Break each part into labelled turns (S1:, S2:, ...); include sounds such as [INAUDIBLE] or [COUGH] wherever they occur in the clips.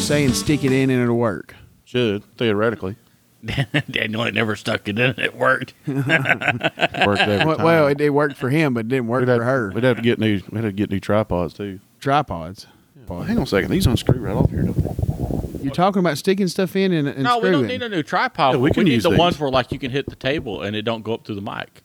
S1: saying stick it in and it'll work.
S2: Should theoretically [LAUGHS]
S3: Daniel had never stuck it in.
S1: [LAUGHS]
S3: It worked.
S2: worked every
S1: Well,
S2: time.
S1: well it, it worked for him, but it didn't work
S2: we'd have,
S1: for her.
S2: We'd have to get new. We'd have to get new tripods too.
S1: Tripods.
S2: hang on a second. These unscrew right off here.
S1: You're talking about sticking stuff in and, and
S3: No, we
S1: screwing.
S3: don't need a new tripod.
S2: Yeah, we
S3: we
S2: can
S3: need
S2: use
S3: the
S2: these.
S3: ones where like you can hit the table and it don't go up through
S2: [LAUGHS]
S3: the mic.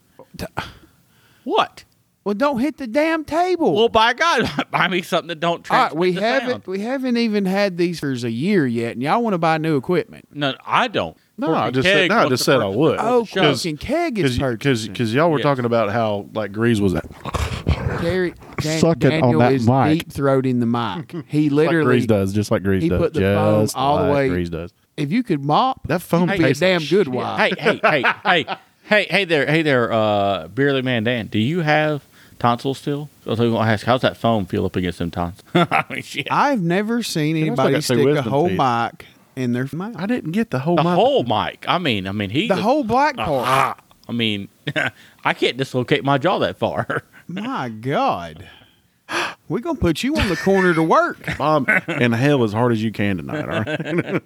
S3: What?
S1: well, don't hit the damn table.
S3: Well, by God, [LAUGHS] buy me something that don't
S1: All right,
S3: transmit
S1: we
S3: the
S1: haven't
S3: sound.
S1: we haven't even had these for a year yet, and y'all want to buy new equipment.
S3: No, I don't.
S2: No,
S3: Courtney
S2: I just
S3: Keg
S2: said, no, I
S3: wants
S2: just
S3: to
S2: said I
S3: purchase-
S2: would.
S1: Oh,
S3: Because-
S1: fucking keg is
S2: because because y'all were
S3: Yes.
S2: talking about how like Grease was
S1: Terry, Dan,
S2: Suck it on
S1: Daniel
S2: that
S1: is
S2: mic.
S1: deep throating the
S2: [LAUGHS]
S1: mic. He
S2: like
S1: literally,
S2: Grease does, just like Grease
S1: he
S2: does,
S1: put the foam
S2: just
S1: all the
S2: like
S1: way-
S2: Grease does.
S1: if you could mop,
S2: That foam
S1: you'd be a
S2: tastes like
S1: damn good wife.
S3: Hey, hey, hey,
S1: [LAUGHS]
S3: hey, hey, hey there, hey there, uh, Beerly Man Dan. Do you have tonsils still? I was going to ask, how's that foam feel up against them tonsils? [LAUGHS] I mean, shit.
S1: I've never seen
S2: that's like I
S1: anybody
S2: say
S1: stick a
S2: wisdom
S1: whole
S2: teeth.
S1: mic in their mouth.
S2: I didn't get the whole.
S3: The
S2: mic.
S3: whole mic. I mean, I mean, he.
S1: the whole black part.
S3: I mean, [LAUGHS] I can't dislocate my jaw that far. [LAUGHS]
S1: My God, we're gonna put you on the corner to work. [LAUGHS]
S2: Mom, in hell as hard as you can tonight. All right.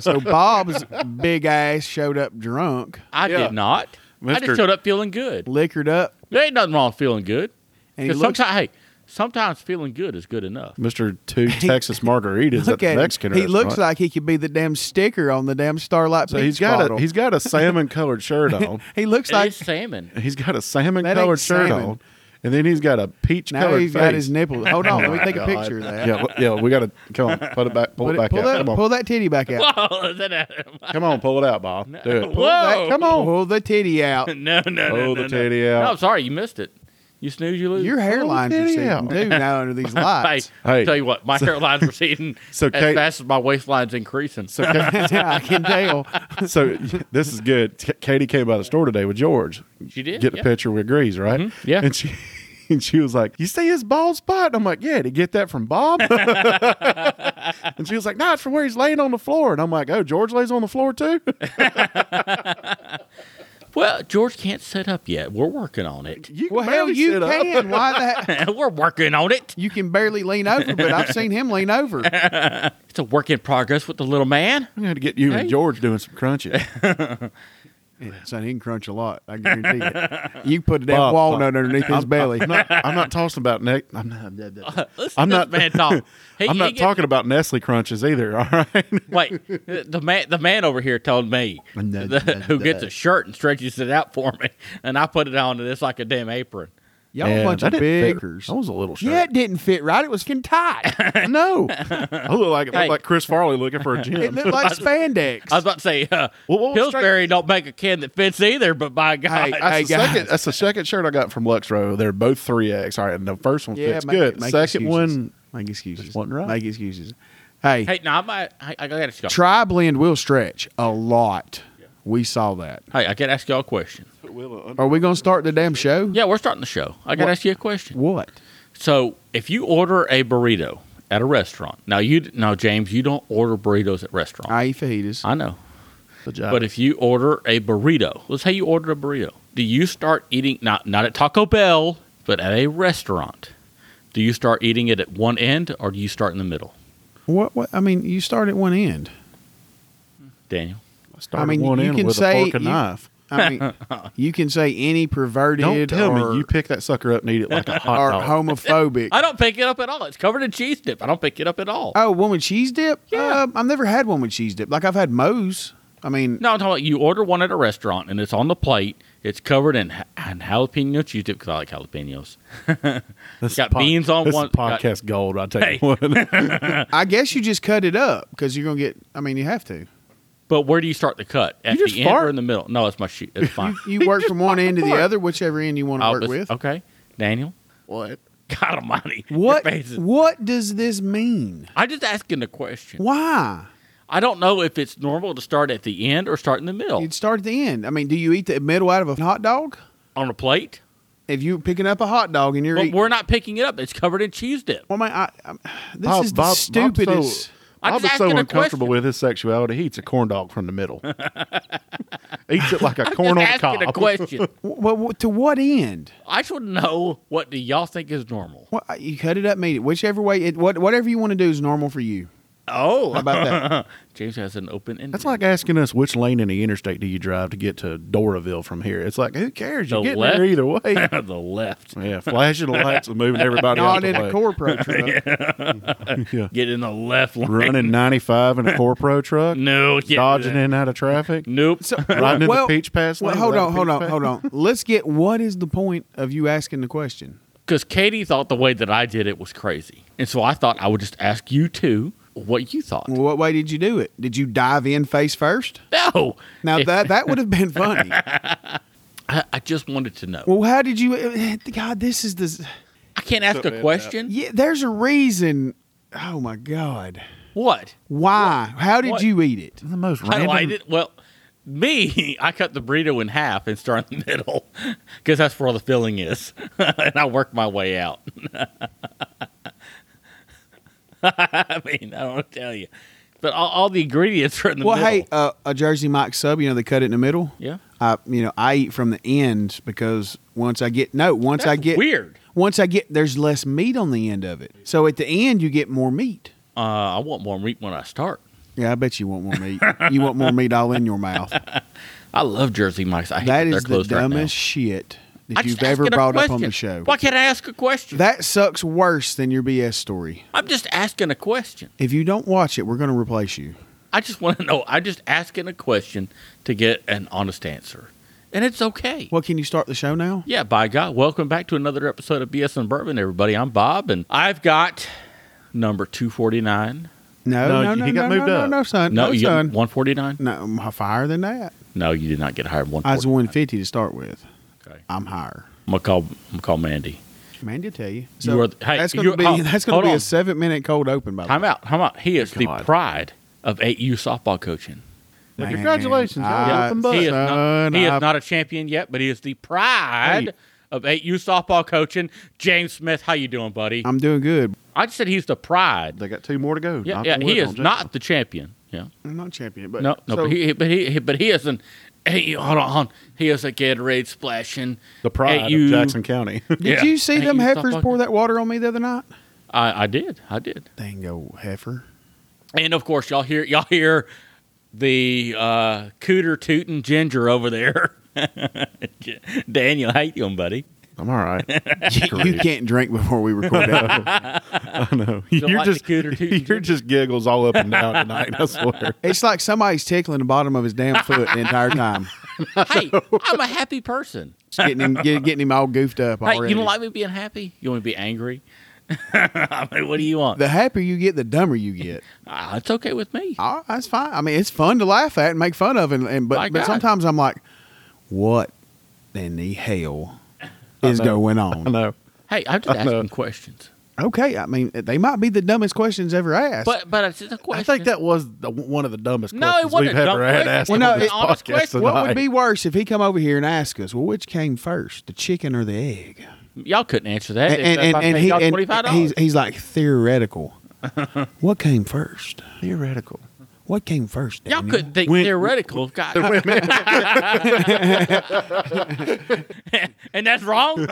S1: So Bob's big ass showed up drunk,
S3: I
S2: Yeah.
S3: did not. I
S2: Mister-
S3: just showed up feeling good.
S1: liquored up,
S3: There ain't nothing wrong with feeling good.
S1: and he
S3: 'Cause
S1: looks.
S3: sometimes, hey, sometimes feeling good is good enough.
S2: Mr. Two Texas Margaritas at
S1: Look
S2: the
S1: at
S2: Mexican
S1: him. He
S2: restaurant.
S1: looks like he could be the damn sticker on the damn Starlight.
S2: so
S1: Peach
S2: he's got
S1: bottle.
S2: a he's got
S1: [LAUGHS]
S2: a salmon colored shirt on.
S1: He looks
S3: It's
S1: like
S3: salmon.
S2: [LAUGHS] He's got a salmon
S1: That ain't
S2: colored shirt
S1: salmon.
S2: on, and then he's got a peach
S1: now
S2: colored
S1: he's
S2: face.
S1: got his nipples. Hold on, let me
S2: my
S1: take a
S2: [LAUGHS] God.
S1: picture of that.
S2: yeah, w- yeah, we gotta come on, put it back, pull
S1: Put
S2: it
S1: it-
S2: back
S1: pull
S2: out.
S1: that
S2: come on,
S1: pull that titty back out.
S3: [LAUGHS] Oh, is that a- [LAUGHS]
S2: come on, pull it out, Bob. Do it.
S1: Pull that-
S3: Whoa.
S1: come on, pull the titty out.
S3: no, no, no,
S2: Pull
S3: no,
S2: the
S3: no.
S2: titty out.
S3: No, I'm sorry, you missed it. You snooze, you lose.
S1: Your hairlines are
S2: titty
S1: sitting
S2: out.
S1: too now under
S2: [LAUGHS]
S1: these
S3: Hey,
S1: lights. [LAUGHS]
S2: Hey.
S3: I'll tell you what, my hairline's receding
S2: [LAUGHS] so
S3: as
S2: Kate-
S3: fast as my waistline's increasing. [LAUGHS]
S2: So, Ka-
S1: yeah, I can tell.
S2: so [LAUGHS] this is good. K- Katie came by the store today with George.
S3: She did,
S2: get a
S3: yeah.
S2: picture with Grease, right?
S3: yeah.
S2: and she. [LAUGHS] And she was like, "You see his bald spot?" And I'm like, "Yeah, did he get that from Bob?" [LAUGHS] and she was like, "No, it's from where he's laying on the floor." And I'm like, "Oh, George lays on the floor too."
S3: well, George can't set up yet. We're working on it.
S2: You can
S1: Well, hell,
S2: barely
S1: you
S2: sit up.
S1: can. Why
S2: [LAUGHS]
S1: the heck?
S3: [LAUGHS] We're working on it.
S1: You can barely lean over, but I've seen him lean
S2: [LAUGHS]
S1: over.
S3: It's a work in progress with the little man.
S2: I'm gonna have to get you
S3: Hey.
S2: and George doing some crunching.
S1: Son, he can crunch a lot. I guarantee it. You put a damn
S2: Bob,
S1: walnut underneath his belly.
S2: I'm not, I'm not talking about neck. I'm not.
S3: Listen
S2: I'm
S3: to
S2: not.
S3: this man talk.
S2: [LAUGHS]
S3: He-
S2: I'm
S3: he
S2: not
S3: gets-
S2: talking about Nestle crunches either. All right.
S3: [LAUGHS] Wait, the the man, the man over here told me the- who gets a shirt and stretches it out for me, and I put it on, and it's like a damn apron.
S1: Y'all
S2: Man,
S1: a bunch
S2: that
S1: of
S2: didn't fit. Oh,
S1: biggers.
S2: That was a little shirt.
S1: Yeah, it didn't fit right. It was skin
S2: [LAUGHS]
S1: tight.
S2: no. I look like I look
S3: Hey.
S2: like Chris Farley looking for a
S1: It
S2: gym.
S1: looked like spandex.
S3: I was about to say, uh,
S2: Well, what was
S3: Pillsbury don't make a can that fits either, but by God,
S1: Hey,
S2: That's,
S1: hey,
S2: the
S1: guys.
S2: second, that's the second shirt I got from Luxro. They're both three X. All right, and the first one fits
S1: make-
S2: good.
S1: make
S2: second
S1: excuses.
S2: one,
S1: Make excuses.
S2: wasn't right.
S1: Make excuses. Hey,
S3: hey, no, I might, I, I gotta ask y'all.
S1: tri blend will stretch a lot. We saw that.
S3: hey, I gotta ask y'all a question.
S1: Are we going to start the damn show?
S3: Yeah, we're starting the show. I gotta
S1: What?
S3: ask you a question.
S1: What?
S3: So, if you order a burrito at a restaurant, now you, now James, you don't order burritos at restaurants.
S1: I eat fajitas.
S3: I know.
S2: the job.
S3: But if you order a burrito, let's say you order a burrito, do you start eating not not at Taco Bell, but at a restaurant? Do you start eating it at one end or do you start in the middle,
S1: What, what? I mean, you start at one end.
S3: Daniel?
S2: Started
S1: I mean,
S2: one
S1: you
S2: in
S1: can
S2: with
S1: say
S2: a fork and
S1: you-
S2: knife.
S1: I
S3: [LAUGHS]
S1: mean, you can say any perverted
S2: Don't tell
S1: or,
S2: me you pick that sucker up and eat it
S1: [LAUGHS]
S2: like a hot
S1: or
S2: dog.
S1: homophobic.
S3: [LAUGHS] I don't pick it up at all. It's covered in cheese dip. I don't pick it up at all.
S1: oh, one with cheese dip?
S3: Yeah.
S1: Um, I've never had one with cheese dip. Like, I've had Moe's. I mean,
S3: No, I'm talking about you order one at a restaurant and it's on the plate. It's covered in, ha- in jalapeno cheese dip because I like jalapenos.
S2: This is
S3: got beans on
S2: this is
S3: one- got-
S2: podcast gold. I tell
S3: Hey.
S2: you [LAUGHS] what.
S1: I guess you just cut it up because you're going to get, I mean, you have to.
S3: But where do you start the cut? At
S2: just
S3: the end
S2: fart.
S3: or in the middle? No, it's my sheet. [LAUGHS] It's fine.
S1: You work from one end to the
S3: [LAUGHS]
S2: apart.
S1: other, whichever end you want to
S3: I'll
S1: work
S3: just- uh,
S1: with.
S3: Okay, Daniel. [LAUGHS]
S2: what?
S3: God Almighty. your
S1: What,
S3: face is-
S1: what does this mean?
S3: I'm just asking the question.
S1: Why?
S3: I don't know if it's normal to start at the end or start in the middle
S1: You'd start at the end. I mean, do you eat the middle out of a hot dog?
S3: on a plate.
S1: If you're picking up a hot dog and you're
S3: But
S1: eating,
S3: we're not picking it up. It's covered in cheese dip.
S1: well, man, I, I, this
S2: Bob-
S1: is the
S2: Bob- Bob's
S1: stupidest.
S2: so-
S3: I'm
S2: Bob
S3: just
S2: is so
S3: asking a
S2: uncomfortable
S3: question.
S2: with his sexuality. He eats a corn dog from
S1: [LAUGHS]
S2: the middle. eats it like a corn
S3: Just
S2: on the cob.
S3: asking
S2: [LAUGHS]
S3: a question.
S1: Well, well, to what end?
S3: I should know what do y'all think is normal.
S1: What, you cut it up, meet it, whichever way. It, what, whatever you want to do is normal for you.
S3: Oh,
S1: How about that?
S2: [LAUGHS]
S3: James has an open end.
S2: That's like asking us which lane in the interstate do you drive to get to Doraville from here. It's like who cares? You're
S3: The
S2: getting
S3: left?
S2: there either way. [LAUGHS]
S3: [LAUGHS] the left.
S2: yeah, flashing the lights and moving everybody out
S1: Not in
S2: the
S1: a
S2: way.
S1: corporate truck.
S2: [LAUGHS] yeah.
S3: Get in the left lane.
S2: Running 95 in a Corpro
S3: [LAUGHS]
S2: truck,
S3: No, get
S2: dodging
S3: in.
S2: in and out of traffic,
S3: Nope. [LAUGHS]
S1: So,
S2: riding in
S1: well,
S2: the peach pass.
S1: well,
S2: lane
S1: hold
S2: without
S1: on,
S2: a
S1: hold
S2: peach
S1: on,
S2: pass.
S1: hold on. Let's get what is the point of you asking the question?
S3: Because Katie thought the way that I did it was crazy, and so I thought I would just ask you two what you thought.
S1: Well, what way did you do it? Did you dive in face first?
S3: No,
S1: Now that that would have been
S2: [LAUGHS]
S1: funny.
S3: I, I just wanted to know.
S1: Well, how did you? eh, God, this is the.
S3: I can't ask
S2: Something
S3: a
S2: about-
S3: question.
S1: Yeah, there's a reason. Oh my God,
S3: What?
S1: why? How did
S3: What?
S1: you eat it?
S2: The most
S3: How do I
S2: random.
S3: did well. Me, [LAUGHS] I cut the burrito in half and start in the middle [LAUGHS] because that's where all the filling is, [LAUGHS] and I work my way out. [LAUGHS] I mean, I don't know what to tell you, but all, all the ingredients are in the
S1: Well,
S3: middle.
S1: hey, uh, a Jersey Mike sub. You know they cut it in the middle.
S3: yeah,
S1: I, you know, I eat from the end because once I get no, once I
S3: That's
S1: get
S3: weird.
S1: once I get there's less meat on the end of it. So at the end you get more meat.
S3: Uh, I want more meat when I start.
S1: Yeah, I bet you want more
S3: [LAUGHS]
S1: meat. you want more meat all in your mouth.
S3: I love Jersey Mike's. I hate
S1: That
S3: they're
S1: is the
S3: closed right now.
S1: dumbest shit that
S3: I just
S1: you've ever
S3: asking a
S1: brought up on the
S3: question.
S1: show.
S3: Why can't I ask a question?
S1: That sucks worse than your BS story.
S3: I'm just asking a question.
S1: If you don't watch it, we're going to replace you.
S3: I just want to know. I'm just asking a question to get an honest answer, and it's okay.
S1: Well, can you start the show now?
S3: Yeah, by God. Welcome back to another episode of BS and Bourbon, everybody. I'm Bob, and I've got number 249.
S1: No,
S2: No,
S1: no, no,
S2: he
S1: no,
S2: got
S1: no,
S2: moved
S1: no,
S2: up.
S1: no, son.
S3: No,
S1: No,
S3: you
S1: son.
S3: 149?
S1: No, I'm higher than that.
S3: No, you did not get hired.
S1: I was
S3: 149.
S1: 150 to start with.
S3: Okay.
S1: I'm higher.
S3: I'm going to call, I'm gonna call Mandy.
S1: Mandy, tell you.
S3: You are the- hey,
S1: that's going
S3: you're-
S1: to be
S3: oh,
S1: that's going
S3: hold
S1: to be
S3: on.
S1: a seven minute cold open. By the
S3: Time
S1: way.
S3: out. Time out. He is the
S2: God.
S3: pride of AU softball coaching.
S2: Well,
S1: Man,
S2: congratulations, y'all.
S1: I-
S2: Yeah. Open butt.
S3: He is, not,
S1: son,
S3: he is
S1: I've-
S3: not a champion yet, but he is the pride
S1: Hey.
S3: of AU softball coaching. James Smith, how you doing, buddy?
S1: I'm doing good.
S3: I just said he's the pride.
S2: They got two more to go.
S3: Yeah,
S2: Knock
S3: yeah
S2: on
S3: he
S2: wood
S3: is
S2: on Jason.
S3: not the champion. Yeah.
S1: I'm not champion, but
S3: No, no,
S1: so-
S3: but he, but he, but he isn't. Hey, hold on, hold on. he is a Gatorade splashing.
S2: the pride
S3: Hey, you-
S2: of Jackson County.
S1: [LAUGHS] did
S3: Yeah.
S1: you see
S3: Ain't
S1: them
S3: you
S1: heifers
S3: softball-
S1: pour that water on me the other night?
S3: I, I did, I did,
S1: Dango heifer.
S3: and of course y'all hear y'all hear the uh, cooter tootin' ginger over there. [LAUGHS] Daniel, how you doing, buddy?
S2: I'm all right.
S3: [LAUGHS]
S2: [LAUGHS]
S1: you can't drink before we record [LAUGHS] that.
S2: I know. You're
S3: like the
S2: just
S3: cooter tootin'
S2: [LAUGHS] you're
S3: ginger?
S2: just giggles all up and down tonight. I
S3: [LAUGHS]
S2: swear.
S1: It's like somebody's tickling the bottom of his damn foot the entire time,
S3: Hey, I'm a
S2: [LAUGHS]
S3: happy person.
S1: It's getting him get- getting him all goofed up.
S3: Hey,
S1: already.
S3: you don't like me being happy? You want me to be angry? [LAUGHS] I mean, what do you want?
S1: the happier you get, the dumber you get.
S3: Ah, it's okay with me.
S1: oh, that's fine. I mean, it's fun to laugh at and make fun of, and, and
S3: My
S1: but but
S3: God.
S1: sometimes I'm like, what in the hell is
S2: know.
S1: going
S2: I
S1: on?
S2: know.
S3: Hey, I'm just
S2: I know.
S3: asking questions.
S1: Okay, I mean, they might be the dumbest questions ever asked.
S3: But but it's just a question.
S2: I think that was the, one of the dumbest
S3: No, it
S2: questions
S3: wasn't
S2: we've
S3: a dumb
S2: ever had
S3: question.
S2: asked
S1: Well, no,
S2: on this
S1: it-
S3: honest
S2: podcast
S3: question.
S2: tonight.
S1: what would be worse if he come over here and ask us, well, which came first, the chicken or the egg?
S3: y'all couldn't answer that.
S1: And, and,
S3: if
S1: and,
S3: I
S1: and
S3: paid
S1: he,
S3: y'all
S1: and
S3: $25.
S1: he's, he's like
S3: [LAUGHS]
S1: theoretical. what came first?
S2: theoretical?
S1: What came first?
S3: Y'all
S1: Daniel?
S3: couldn't think
S1: [LAUGHS]
S2: When-
S3: theoretical. God. [LAUGHS] and that's wrong?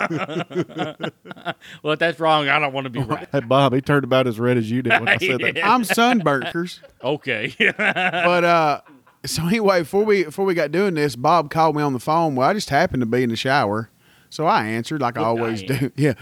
S3: [LAUGHS] well, if that's wrong, I don't want to be right.
S2: Hey Bob, he turned about as red as you did when
S3: [LAUGHS]
S2: I said that.
S1: I'm sunburkers,
S3: Okay. [LAUGHS]
S1: but uh. So anyway, before we before we got doing this, Bob called me on the phone. Well, I just happened to be in the shower, so I answered like I always
S3: Diane.
S1: do. [LAUGHS] Yeah,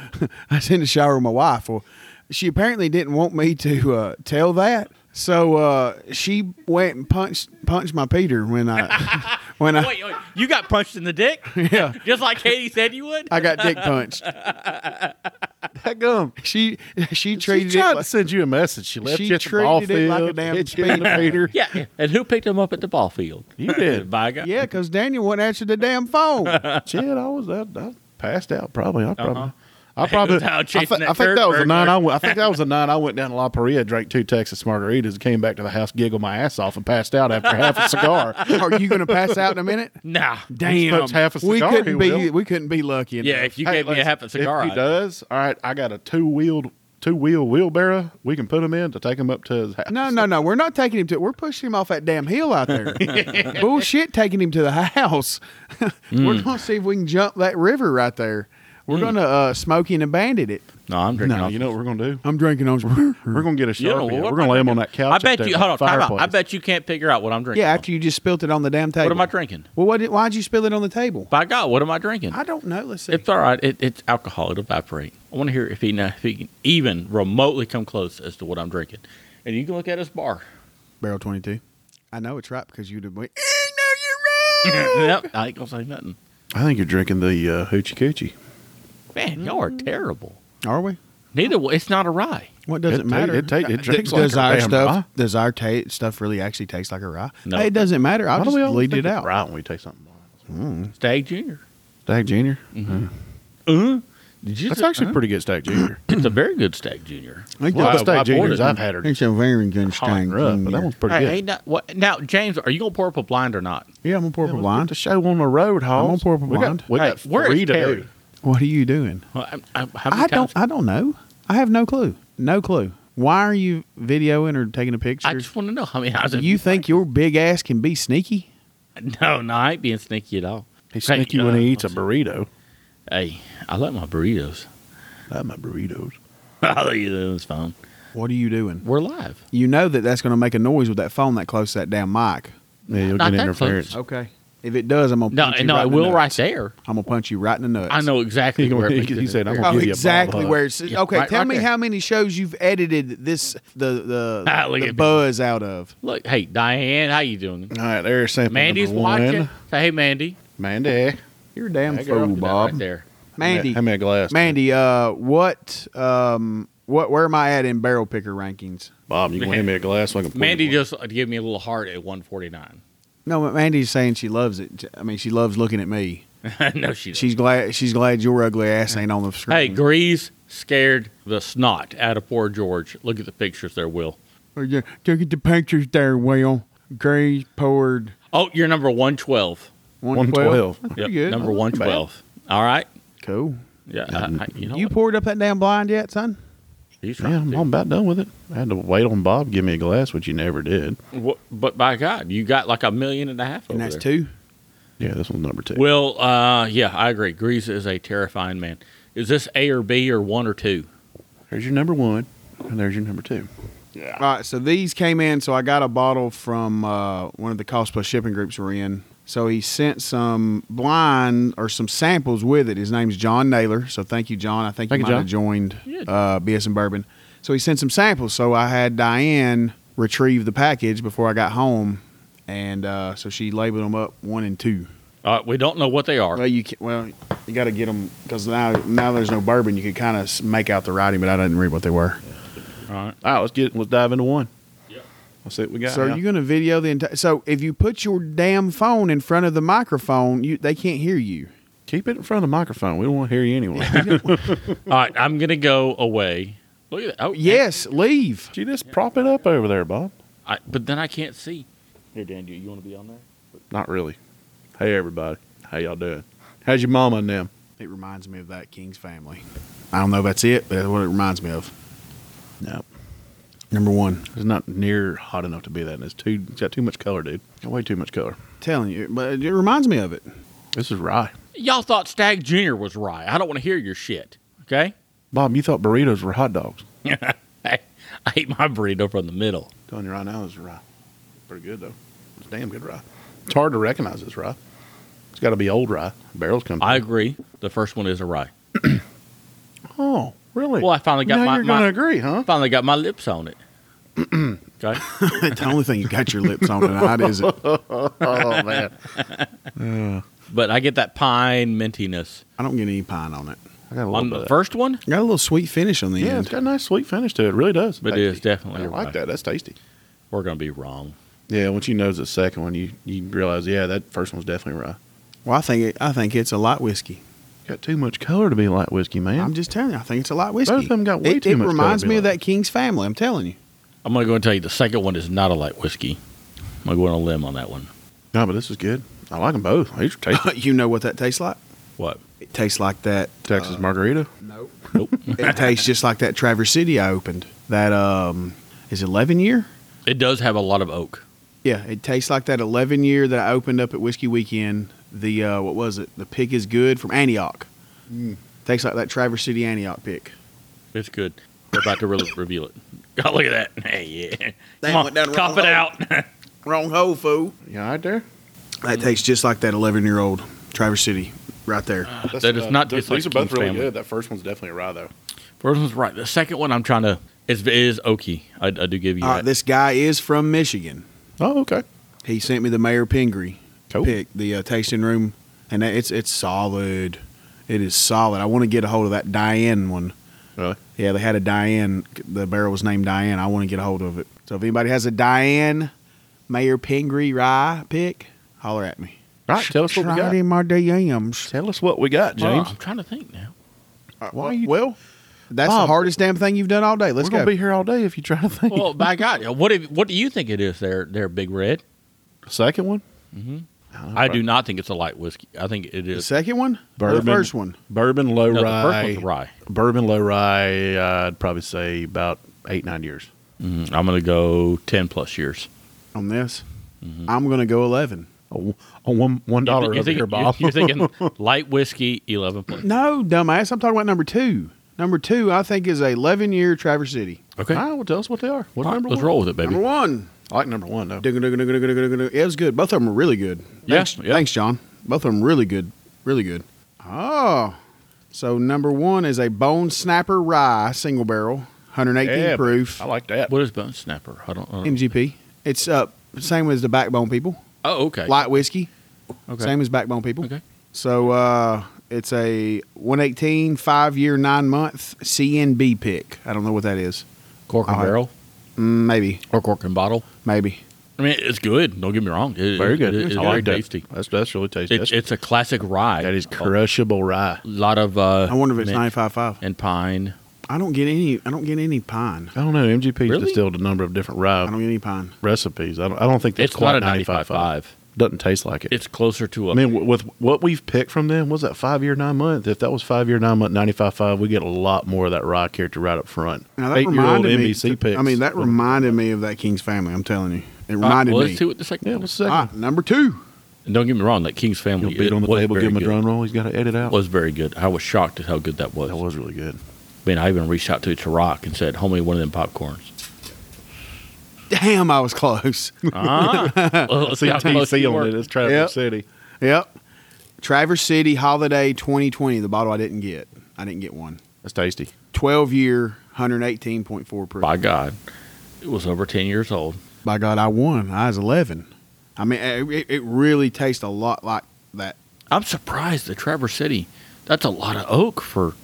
S1: I was in the shower with my wife. Well, she apparently didn't want me to uh, tell that, so uh, she went and punched punched my Peter when
S3: [LAUGHS]
S1: I when I
S3: wait, wait. You got punched in the dick?
S1: yeah
S3: [LAUGHS] Just like Katie said you would?
S1: I got dick punched.
S2: That gum.
S1: She she
S2: um. She
S1: treated
S2: tried
S1: it
S2: to
S1: like,
S2: send you a message. She left
S1: She
S2: you at the ball
S1: treated it
S2: field.
S1: like a damn
S2: hit you in the
S1: speed
S2: Peter.
S3: yeah. And who picked him up at the ball field?
S2: You
S3: [LAUGHS]
S2: did.
S3: By God.
S1: [LAUGHS] yeah, because Daniel wouldn't answer the damn
S3: [LAUGHS]
S1: phone.
S2: Shit, I was I, I passed out probably. I probably. I
S3: It
S2: probably.
S3: was out
S2: I,
S3: chasing
S2: thi-
S3: Uh-huh. [LAUGHS]
S2: I think
S3: that
S2: that was a
S3: turd
S2: nine.
S3: burger.
S2: I, went, I think that was a nine. I went down to La Paria, drank two Texas margaritas, came back to the house, giggled my ass off, and passed out after half a
S3: [LAUGHS]
S2: cigar.
S1: Are you going to pass out in a minute?
S3: Nah.
S2: smokes half a
S1: we
S2: cigar,
S1: couldn't
S2: he
S1: be
S2: will.
S1: we couldn't be lucky. Enough.
S3: Yeah, if you
S2: Hey,
S3: gave me a
S2: listen,
S3: half a cigar,
S2: If
S3: I'd-
S2: he does, all right. I got a two wheeled two wheel wheelbarrow. We can put him in to take him up to his house.
S1: No, no, no. We're not taking him to. We're pushing him off that damn hill out
S3: [LAUGHS]
S1: there. [LAUGHS]
S3: Mm.
S1: Bullshit, taking him to the house. We're gonna see if we can jump that river right there. We're gonna uh, Smokey and abandon it.
S3: No, I'm drinking.
S2: No,
S3: off
S2: you know what we're gonna do?
S1: I'm drinking [LAUGHS] on.
S2: We're gonna get a sharpie.
S3: You know,
S2: we're
S3: what am
S2: gonna
S3: I
S2: lay them on that
S3: drinking?
S2: couch.
S3: I
S2: up
S3: bet
S2: there
S3: you.
S2: by
S3: Hold on,
S2: the
S3: time out. I
S2: fireplace.
S3: bet you can't figure out what I'm drinking.
S1: yeah, after you just spilt it on the damn table.
S3: what am I drinking?
S1: Well, what, did- why'd you spill it on the table?
S3: By God, what am I drinking?
S1: I don't know. Let's see.
S3: It's all right. It, it's alcohol. It'll evaporate. I want to hear if he, kn- if he can even remotely come close as to what I'm drinking. And you can look at
S2: [LAUGHS]
S3: his bar.
S1: Barrel 22. I know it's right because you'd have went.
S3: yep. I ain't gonna say nothing.
S2: I think you're drinking the uh, hoochie coochie.
S3: Man, y'all are
S2: Mm-hmm.
S3: terrible.
S1: Are we?
S3: Neither way, it's not a rye.
S1: What does [LAUGHS]
S2: It
S1: it,
S2: ta-
S1: matter?
S2: it ta- it
S1: Uh,
S2: drinks
S1: d- does
S2: like a
S1: our
S2: damn
S1: stuff
S2: rye.
S1: does our ta stuff really actually taste like a rye?
S3: No.
S1: Hey, it doesn't matter. I'll
S2: Why do
S1: just
S2: we always
S1: leave
S2: think
S1: it
S2: it's
S1: out.
S2: Right when we take something.
S3: Stag Junior.
S2: Stag Junior.
S3: Mm-hmm. Uh, did you?
S2: That's
S3: say-
S2: actually pretty good Stag [CLEARS THROAT] Junior.
S3: It's a very good Stag Junior.
S1: I think
S2: A lot
S1: that's-
S2: of
S3: I
S2: Stag
S3: bought
S2: Juniors
S3: it.
S2: I've had are
S1: It's a very good
S2: hot
S1: stain.
S2: and rough, but that one's pretty
S3: Hey,
S2: good.
S3: hey, now, what, now, James, are you gonna pour up a blind or not?
S1: Yeah, I'm a
S2: Yeah,
S1: purple
S2: let's
S1: blind.
S2: Get the show on the road, Hoss.
S1: on Purple
S2: we
S1: Blind.
S2: Got, we
S3: Hey,
S2: got
S3: where is
S2: three to
S3: Terry?
S2: do.
S1: What are you doing?
S3: Well, I, I, how many
S1: I don't.
S3: times-
S1: I don't know. I have no clue. No clue. Why are you videoing or taking a picture?
S3: I just want to know how many times.
S1: Do you think your big ass can be sneaky?
S3: [LAUGHS] No, no, I ain't being sneaky at all.
S2: He's
S3: Hey,
S2: sneaky when
S3: uh,
S2: he eats a
S3: let's-
S2: burrito.
S3: Hey, I like my burritos.
S2: I like my burritos.
S3: I like it on his phone.
S1: What are you doing?
S3: We're live.
S1: You know that that's going to make a noise with that phone that close to that damn mic.
S2: Yeah, you'll
S3: Not
S2: get
S3: that
S2: interference.
S1: Okay. If it does, I'm gonna
S3: No,
S1: punch you
S3: no,
S1: right
S3: it
S1: in the
S3: will
S1: nuts.
S3: right there.
S1: I'm gonna punch you right in the nuts.
S3: I know exactly
S2: [LAUGHS] He gonna-
S3: where it
S2: he-
S3: makes
S2: he
S3: it
S2: said, "I'm
S3: interfere.
S2: gonna
S1: Oh,
S2: give you a
S1: exactly
S2: ball
S1: where it's
S3: Yeah,
S1: okay.
S3: right-
S1: tell
S3: right
S1: me
S3: there.
S1: how many shows you've edited this the the,
S3: Ah, look
S1: the
S3: at me.
S1: buzz out of.
S3: Look, hey Diane, how you doing?
S2: All right, there's sample
S3: Mandy's
S2: number one.
S3: watching. Say, hey Mandy.
S2: Mandy.
S1: You're a damn
S2: That girl
S1: fool,
S2: did that
S1: Bob.
S3: Right there.
S1: Mandy,
S2: How many glasses?
S1: Mandy, uh, what, um, what, where am I at in barrel picker rankings?
S2: Bob, you can hand me a glass so I can pour
S3: Mandy
S2: you one.
S3: just gave me a little heart at 149. [LAUGHS]
S1: No, but Mandy's saying she loves it. I mean, she loves looking at me.
S3: no, she.
S1: She's glad. She's glad your ugly ass ain't on the
S3: don't. Hey,
S1: screen.
S3: Grease scared the snot out of poor George. Look at the pictures there, Will.
S1: Well, Oh, yeah, look at the pictures there, Will. Gray poured
S3: Oh, you're number 112.
S1: one
S2: 112.
S1: twelve. That's pretty good.
S3: Number 112. All right.
S1: Cool.
S3: Yeah. I- I- you know
S1: You
S3: what?
S1: poured up that damn blind yet, son?
S3: He's
S2: Yeah,
S3: trying
S2: I'm
S3: to.
S2: I'm about done with it. I had to wait on Bob to give me a glass, which you never did.
S3: Wha- But by God, you got like a million and a half over
S1: And that's
S3: there.
S1: two.
S2: Yeah, this one's number two.
S3: Well, uh, yeah, I agree. Grease is a terrifying man. Is this A or B or one or two?
S2: there's your number one, and there's your number two.
S1: All right, so these came in. So I got a bottle from uh, one of the cost plus shipping groups we're in. So he sent some blind or some samples with it. His name's John Naylor. So thank you, John. I think
S2: Thank
S1: you
S2: you,
S1: might
S2: John.
S1: have joined
S3: Yeah.
S1: uh, BS and Bourbon. So he sent some samples. So I had Diane retrieve the package before I got home, and uh, so she labeled them up one and two.
S3: All right, Uh, we don't know what they are.
S1: Well, you can, well you got to get them because now now there's no bourbon. You could kind of make out the writing, but I didn't read what they were.
S3: All right.
S2: All right, let's get let's dive into one.
S3: Yep.
S2: Let's see what we got.
S1: So
S2: now.
S1: are you going to video the entire? So if you put your damn phone in front of the microphone, you they can't hear you.
S2: keep it in front of the microphone. We don't want to hear you anyway. [LAUGHS]
S3: All right, I'm gonna go away. Look at that. Oh,
S1: Yes, leave.
S2: you just prop it up over there, Bob.
S3: I, but then I can't see. Here, Dan, you, you want to be on there?
S2: Not really. Hey everybody, how y'all doing? How's your mama and them?
S1: It reminds me of that King's Family. I don't know if that's it, but that's what it reminds me of.
S2: No,
S1: Number one,
S2: it's not near hot enough to be that. And it's too. It's got too much color, dude. Got way too much color.
S1: telling you, but it reminds me of it. [LAUGHS]
S2: This is rye.
S3: Y'all thought Stag Junior was right. I don't want to hear your shit. Okay. [LAUGHS]
S2: Bob, you thought burritos were hot dogs.
S3: I, I ate my burrito from the middle.
S2: telling you right now, this is rye. Pretty good though. It's damn good rye. It's hard to recognize this rye. It's got to be old rye. Barrels come.
S3: I
S2: through.
S3: agree. The first one is a rye.
S2: Oh, really?
S3: Well, I finally got
S2: now
S3: my-
S2: you're
S3: my-
S2: gonna agree, huh?
S3: Finally got my lips on
S2: [CLEARS THROAT]
S3: it. okay.
S1: the only thing you got your lips on tonight is
S2: [LAUGHS]
S1: it.
S2: [LAUGHS] oh man,
S3: But I get that pine mintiness
S1: I don't get any pine on it.
S2: I got a little
S3: on
S2: bit of
S3: the
S2: that.
S3: first one.
S1: Got a little sweet finish on the
S2: Yeah,
S1: end.
S2: it's got a nice sweet finish to it. it really does.
S3: But it is definitely
S2: I
S3: a
S2: like
S3: rye.
S2: that. That's tasty.
S3: We're gonna be wrong.
S2: Yeah, once you notice the second one, you you realize, yeah, that first one's definitely rye.
S1: well, I think it, I think it's a light whiskey.
S2: Got too much color to be light whiskey, man.
S1: I'm just telling you, I think it's a light whiskey.
S2: of them got way
S1: it,
S2: too
S1: It
S2: much
S1: reminds
S2: color,
S1: me of
S2: Billy.
S1: that King's Family. I'm telling you. [LAUGHS]
S3: I'm gonna go and tell you the second one is not a light whiskey. I'm gonna go on a limb on that one.
S2: no, but this is good. I like them both. These are tasty.
S3: [LAUGHS]
S1: you know what that tastes like?
S3: What?
S1: It tastes like that
S2: Texas margarita.
S1: Nope.
S3: Nope.
S1: [LAUGHS] it tastes just like that Traverse City I opened. That um is eleven year.
S3: it does have a lot of oak.
S1: Yeah, it tastes like that eleven year that I opened up at Whiskey Weekend. The uh, what was it? The pig is good from Antioch. Tastes like that Traverse City Antioch pick.
S3: It's good. We're about to re- reveal it. [LAUGHS] God, look at that. [LAUGHS] Hey, yeah.
S1: That
S3: Come on,
S1: went down the
S3: cough it
S1: wrong
S3: out. [LAUGHS]
S1: Wrong hole, fool.
S2: You all right there?
S1: That tastes just like that 11 year old Traverse City right there.
S3: That
S2: That's,
S3: does not
S2: th-
S3: taste like
S2: These are both
S3: King's
S2: really
S3: Family.
S2: good. That first one's definitely a rye, though.
S3: First one's right. The second one, I'm trying to. It's, it is oaky. I, I do give you
S1: All right,
S3: that.
S1: Uh, this guy is from Michigan.
S2: Oh, okay.
S1: He sent me the Mayor Pingree
S2: Cool.
S1: pick, the uh, tasting room, and that- it's it's solid. It is solid. I want to get a hold of that Diane one.
S2: Really?
S1: Yeah, they had a Diane. The barrel was named Diane. I want to get a hold of it. So if anybody has a Diane Mayor Pingree rye pick, holler at me.
S2: All right, tell us what we
S1: Slide
S2: got.
S1: in my DMs.
S2: Tell us what we got,
S3: Hold on,
S2: James.
S3: I'm trying to think now.
S1: Why are you-
S2: well,
S1: That's the
S2: Bob,
S1: hardest damn thing you've done all day. Let's
S2: we're going
S1: go.
S2: to be here all day if you try to think.
S3: Well, by [LAUGHS] God, what if, what do you think it is? There, there, Big Red.
S2: Second one?
S3: I do not think it's a light whiskey. I think it
S1: the
S3: is.
S1: second one, or the
S2: Bourbon.
S1: first one.
S2: Bourbon low rye.
S3: No, the first one's rye.
S2: Bourbon low rye, I'd probably say about eight, nine years.
S3: Mm, I'm gonna go ten plus years. Mm-hmm.
S1: on this.
S2: Mm-hmm.
S1: I'm going to go 11.
S2: Oh, oh, one one
S3: You thi-
S2: dollar
S3: you
S2: over
S3: think-
S2: here, Bob.
S3: You're, you're
S2: [LAUGHS]
S3: thinking light whiskey, eleven plus.
S1: No, dumbass. I'm talking about number two. Number two, I think, is a 11 year Traverse City.
S3: Okay,
S2: All right, well, tell us what they are. What's
S3: All right,
S2: number
S3: let's
S2: one?
S3: roll with it, baby.
S1: Number one.
S2: I like number one though.
S1: Dugga, dugga, dugga, dugga, dugga, dugga, dugga. Yeah, it was good. Both of them were really good.
S3: Yeah,
S1: Thanks,
S3: yeah.
S1: thanks, John. Both of them really good. Really good. Oh. So number one is a Bone Snapper Rye single barrel, 118
S2: Yeah,
S1: proof,
S2: I like that.
S3: What is bone snapper? I don't. I don't-
S1: MGP. It's uh, same as the Backbone People.
S3: Oh, okay.
S1: Light whiskey.
S3: Okay.
S1: Same as Backbone People.
S3: Okay.
S1: So uh, it's a 118, five year, nine month CNB pick. I don't know what that is.
S3: Cork and
S1: All right.
S3: barrel
S1: Mm, Maybe,
S3: or cork and bottle.
S1: maybe.
S3: I mean, it's good. Don't get me wrong. It-
S2: Very
S3: it-
S2: good.
S3: It, it's
S2: I like
S3: very
S2: that.
S3: tasty.
S2: That's that's really tasty.
S3: It's,
S2: That's-
S3: it's a classic rye.
S2: that is crushable rye.
S3: A lot of. Uh,
S1: I wonder if it's
S3: mint
S1: 955.
S3: and pine.
S1: I don't get any. I don't get any pine.
S2: I don't know. MGP's
S3: Really?
S2: distilled a number of different
S1: I don't
S2: rye
S1: get any pine.
S2: recipes. I don't. I don't think that's
S3: It's not a
S2: quite 95.5.
S3: 95.5.
S2: Doesn't taste like it.
S3: It's closer to a.
S2: I mean, w- with what we've picked from them, was that five year nine month? If that was five year nine month ninety five five, we get a lot more of that rye character right up front.
S1: Now, that
S2: Eight year old
S1: reminded me-
S2: NBC picks.
S1: I mean, that
S2: Well,
S1: reminded me of that King's family. I'm telling you, it
S3: All right,
S1: reminded
S3: Uh, well,
S1: me.
S3: Let's see what the second
S2: yeah.
S3: one
S2: What's
S3: is.
S2: the second?
S1: Ah, number two.
S3: And don't get me wrong. That King's
S2: You'll
S3: family.
S2: beat
S3: it
S2: on the
S3: was
S2: table,
S3: very
S2: give him a
S3: good.
S2: drum roll. He's got to edit out.
S3: Was very good. I was shocked at how good that was.
S2: that was really good.
S3: I mean, I even reached out to Tarak and said, "Homie, one of them popcorns."
S1: Damn, I was close.
S2: Ah.
S3: [LAUGHS] Uh-huh. Well, let's see how close
S2: TC
S3: you
S2: on
S3: were.
S2: it. It's Traverse
S1: Yep.
S2: City.
S1: yep. Traverse City Holiday 2020. The bottle I didn't get. I didn't get one.
S2: That's tasty.
S1: 12 year, 118.4 proof.
S3: By God, it was over ten years old.
S1: By God, I won. I was 11. I mean, it, it- it really tastes a lot like that.
S3: I'm surprised that Traverse City. That's a lot of oak for.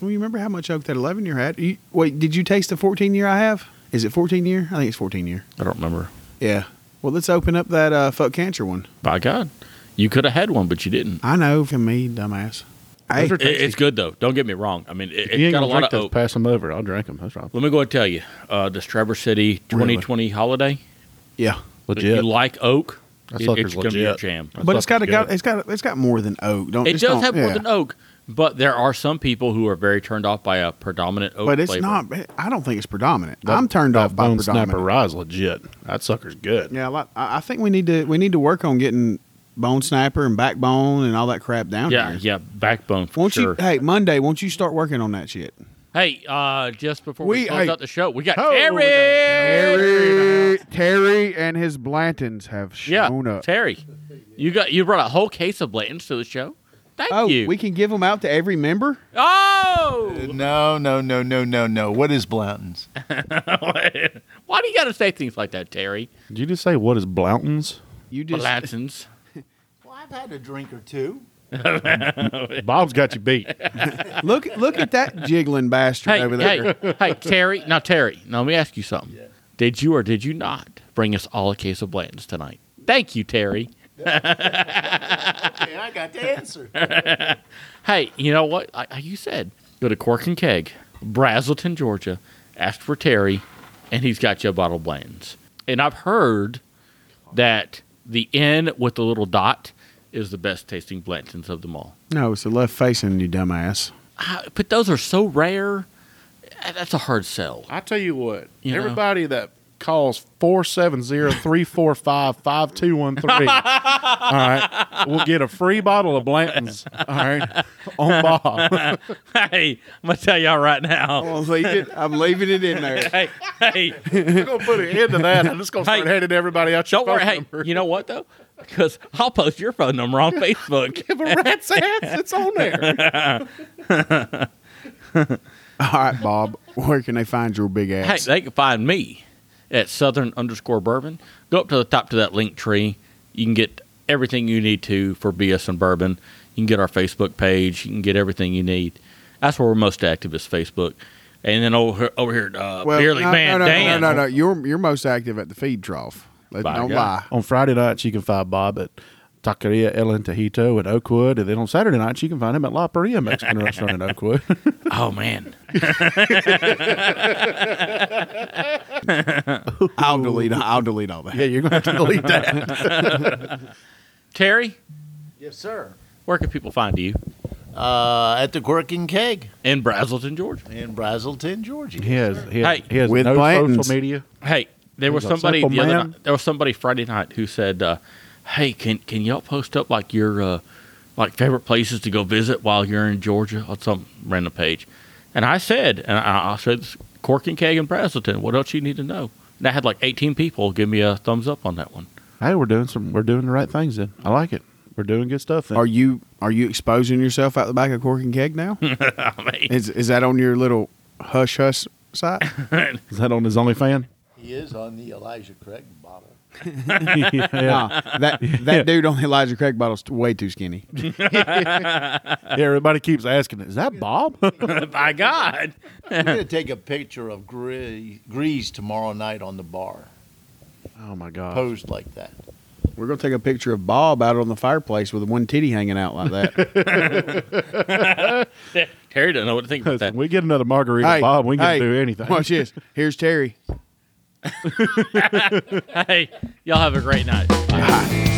S1: Well, you remember how much oak that 11 year had? You, wait, did you taste the 14 year I have? Is it 14 year? I think it's 14 year.
S3: I don't remember.
S1: Yeah. Well, let's open up that uh, fuck cancer one.
S3: By God, you could have had one, but you didn't.
S1: I know from me, dumbass. Hey,
S2: Those are
S3: It, it's good though. Don't get me wrong. I mean, it,
S2: If you ain't
S3: it's got a
S2: gonna
S3: lot
S2: drink
S3: of
S2: those,
S3: oak.
S2: pass them over. I'll drink them. That's right.
S3: Let me go ahead and tell you. Uh, this Traverse City 2020 holiday.
S1: yeah.
S3: If you
S2: Legit.
S3: like oak,
S2: That
S3: it-
S2: sucker's
S3: it's gonna be your
S2: legit.
S3: jam.
S2: That
S1: but it's got,
S2: sucker's
S1: a, got
S2: good.
S1: it's got it's got more than oak. Don't
S3: It
S1: just
S3: does
S1: don't-
S3: have more
S1: yeah.
S3: than oak, but there are some people who are very turned off by a predominant oak.
S1: But it's
S3: flavor.
S1: not. I don't think it's predominant.
S2: That-
S1: I'm turned
S2: that
S1: off by
S2: bone
S1: predominant.
S2: snapper rye's legit. That sucker's good.
S1: Yeah, a lot, I, I think we need to we need to work on getting bone snapper and backbone and all that crap down
S3: Yeah,
S1: here.
S3: yeah, backbone for
S1: Won't
S3: sure.
S1: you? Hey, Monday, won't you start working on that shit?
S3: Hey, uh, just before we,
S1: We-
S3: close
S1: hey.
S3: out the show, we got
S2: Oh,
S3: Terry.
S1: Terry, Terry and his Blantons have
S3: Yeah,
S1: shown up.
S3: Terry, you got you brought a whole case of Blantons to the show. Thank
S1: Oh,
S3: you.
S1: we can give them out to every member.
S3: [LAUGHS] oh,
S4: No, no, no, no, no, no. What is Blountons?
S3: why do you got to say things like that, Terry?
S2: Did you just say what is
S3: [LAUGHS]
S2: Blountons?
S1: You just
S3: Blantons.
S4: Well, I've had a drink or two.
S2: Bob's got you beat.
S1: look look at
S3: [LAUGHS]
S1: that jiggling bastard
S3: Hey,
S1: over there.
S3: hey, hey, Terry. Now, Terry. Now, let me ask you something. Did you or did you not bring us all a case of Blantons tonight? Thank you, Terry.
S4: Okay, I got the answer.
S3: Hey, you know what? Like like you said, go to Cork and Keg, Brazelton, Georgia, ask for Terry, and he's got you a bottle of Blanton's. And I've heard that the N with the little dot is the best tasting Blanton's of them all.
S1: No, it's the left facing you dumbass.
S3: Ah, But those are so rare. Ah, That's a hard sell.
S2: I tell you what,
S3: You know.
S2: everybody that calls [LAUGHS] 470-345-5213, all right, will get a free bottle of Blanton's, all right? [LAUGHS] on Bob.
S3: [LAUGHS] Hey, I'm gonna tell y'all right now.
S1: I'm leaving it, I'm leaving it in
S3: [LAUGHS]
S1: there.
S3: Hey, hey,
S2: I'm gonna put an end to that. I'm just gonna start
S3: Hey.
S2: handing everybody out your
S3: don't worry.
S2: phone
S3: Hey,
S2: number.
S3: you know what though? Because I'll post your phone number on Facebook.
S2: Give a rat's ass. It's on there.
S1: [LAUGHS] All right, Bob. Where can they find your big
S3: Hey,
S1: ass?
S3: they can find me at Southern underscore Bourbon. Go up to the top to that link tree. You can get everything you need to for BS and Bourbon. You can get our Facebook page. You can get everything you need. That's where we're most active is Facebook. And then over here, over here at uh, Beerly
S1: no,
S3: Man
S1: no, no,
S3: Dan.
S1: no, no, no. You're you're most active at the feed trough. Let,
S3: By
S1: don't
S3: God.
S1: lie.
S2: on Friday nights, you can find Bob at Taqueria El Entejito in Oakwood, and then on Saturday nights, you can find him at La Paria [LAUGHS] Mexican restaurant in Oakwood.
S3: Oh man,
S1: I'll delete. I'll delete all that.
S2: yeah, you're gonna have to delete
S3: [LAUGHS]
S2: that.
S3: Terry,
S4: Yes, sir.
S3: where can people find you
S4: Uh, at the Quirking Keg
S3: in Brazelton, Georgia?
S4: in Brazelton, Georgia.
S2: He has, he has,
S3: Hey.
S2: he has
S1: With
S2: no
S1: buttons.
S2: social media.
S3: Hey, there was
S2: He's a
S3: somebody
S2: simple
S3: the other
S2: man.
S3: night, there was somebody Friday night who said, uh, "Hey, can can y'all post up like your uh, like favorite places to go visit while you're in Georgia on some random page?" And I said, and I, I said, "Cork and Keg and Brazelton. What else you need to know?" And I had like 18 people give me a thumbs up on that one.
S2: Hey, we're doing some, we're doing the right things. Then I like it. We're doing good stuff. Then.
S1: Are you are you exposing yourself out the back of Cork and Keg now?
S3: [LAUGHS] I mean,
S1: is is that on your little hush hush site?
S2: Is that on his OnlyFan?
S4: He is on the Elijah Craig [LAUGHS] bottle.
S2: yeah.
S1: Nah,
S3: [LAUGHS]
S1: that that dude on the Elijah Craig bottle's way too skinny.
S2: Yeah, Everybody keeps asking, "Is that Bob?"
S3: by God,
S4: We're gonna take a picture of Gree- Grease tomorrow night on the bar,
S2: oh my god!
S4: posed like that.
S1: We're gonna take a picture of Bob out on the fireplace with one titty hanging out like that.
S3: Terry doesn't know what to think about that.
S2: Listen, we get another margarita, Bob. We can
S1: hey,
S2: do anything.
S1: Watch this. Here's Terry.
S3: Hey, y'all have a great night. Bye.
S1: Bye.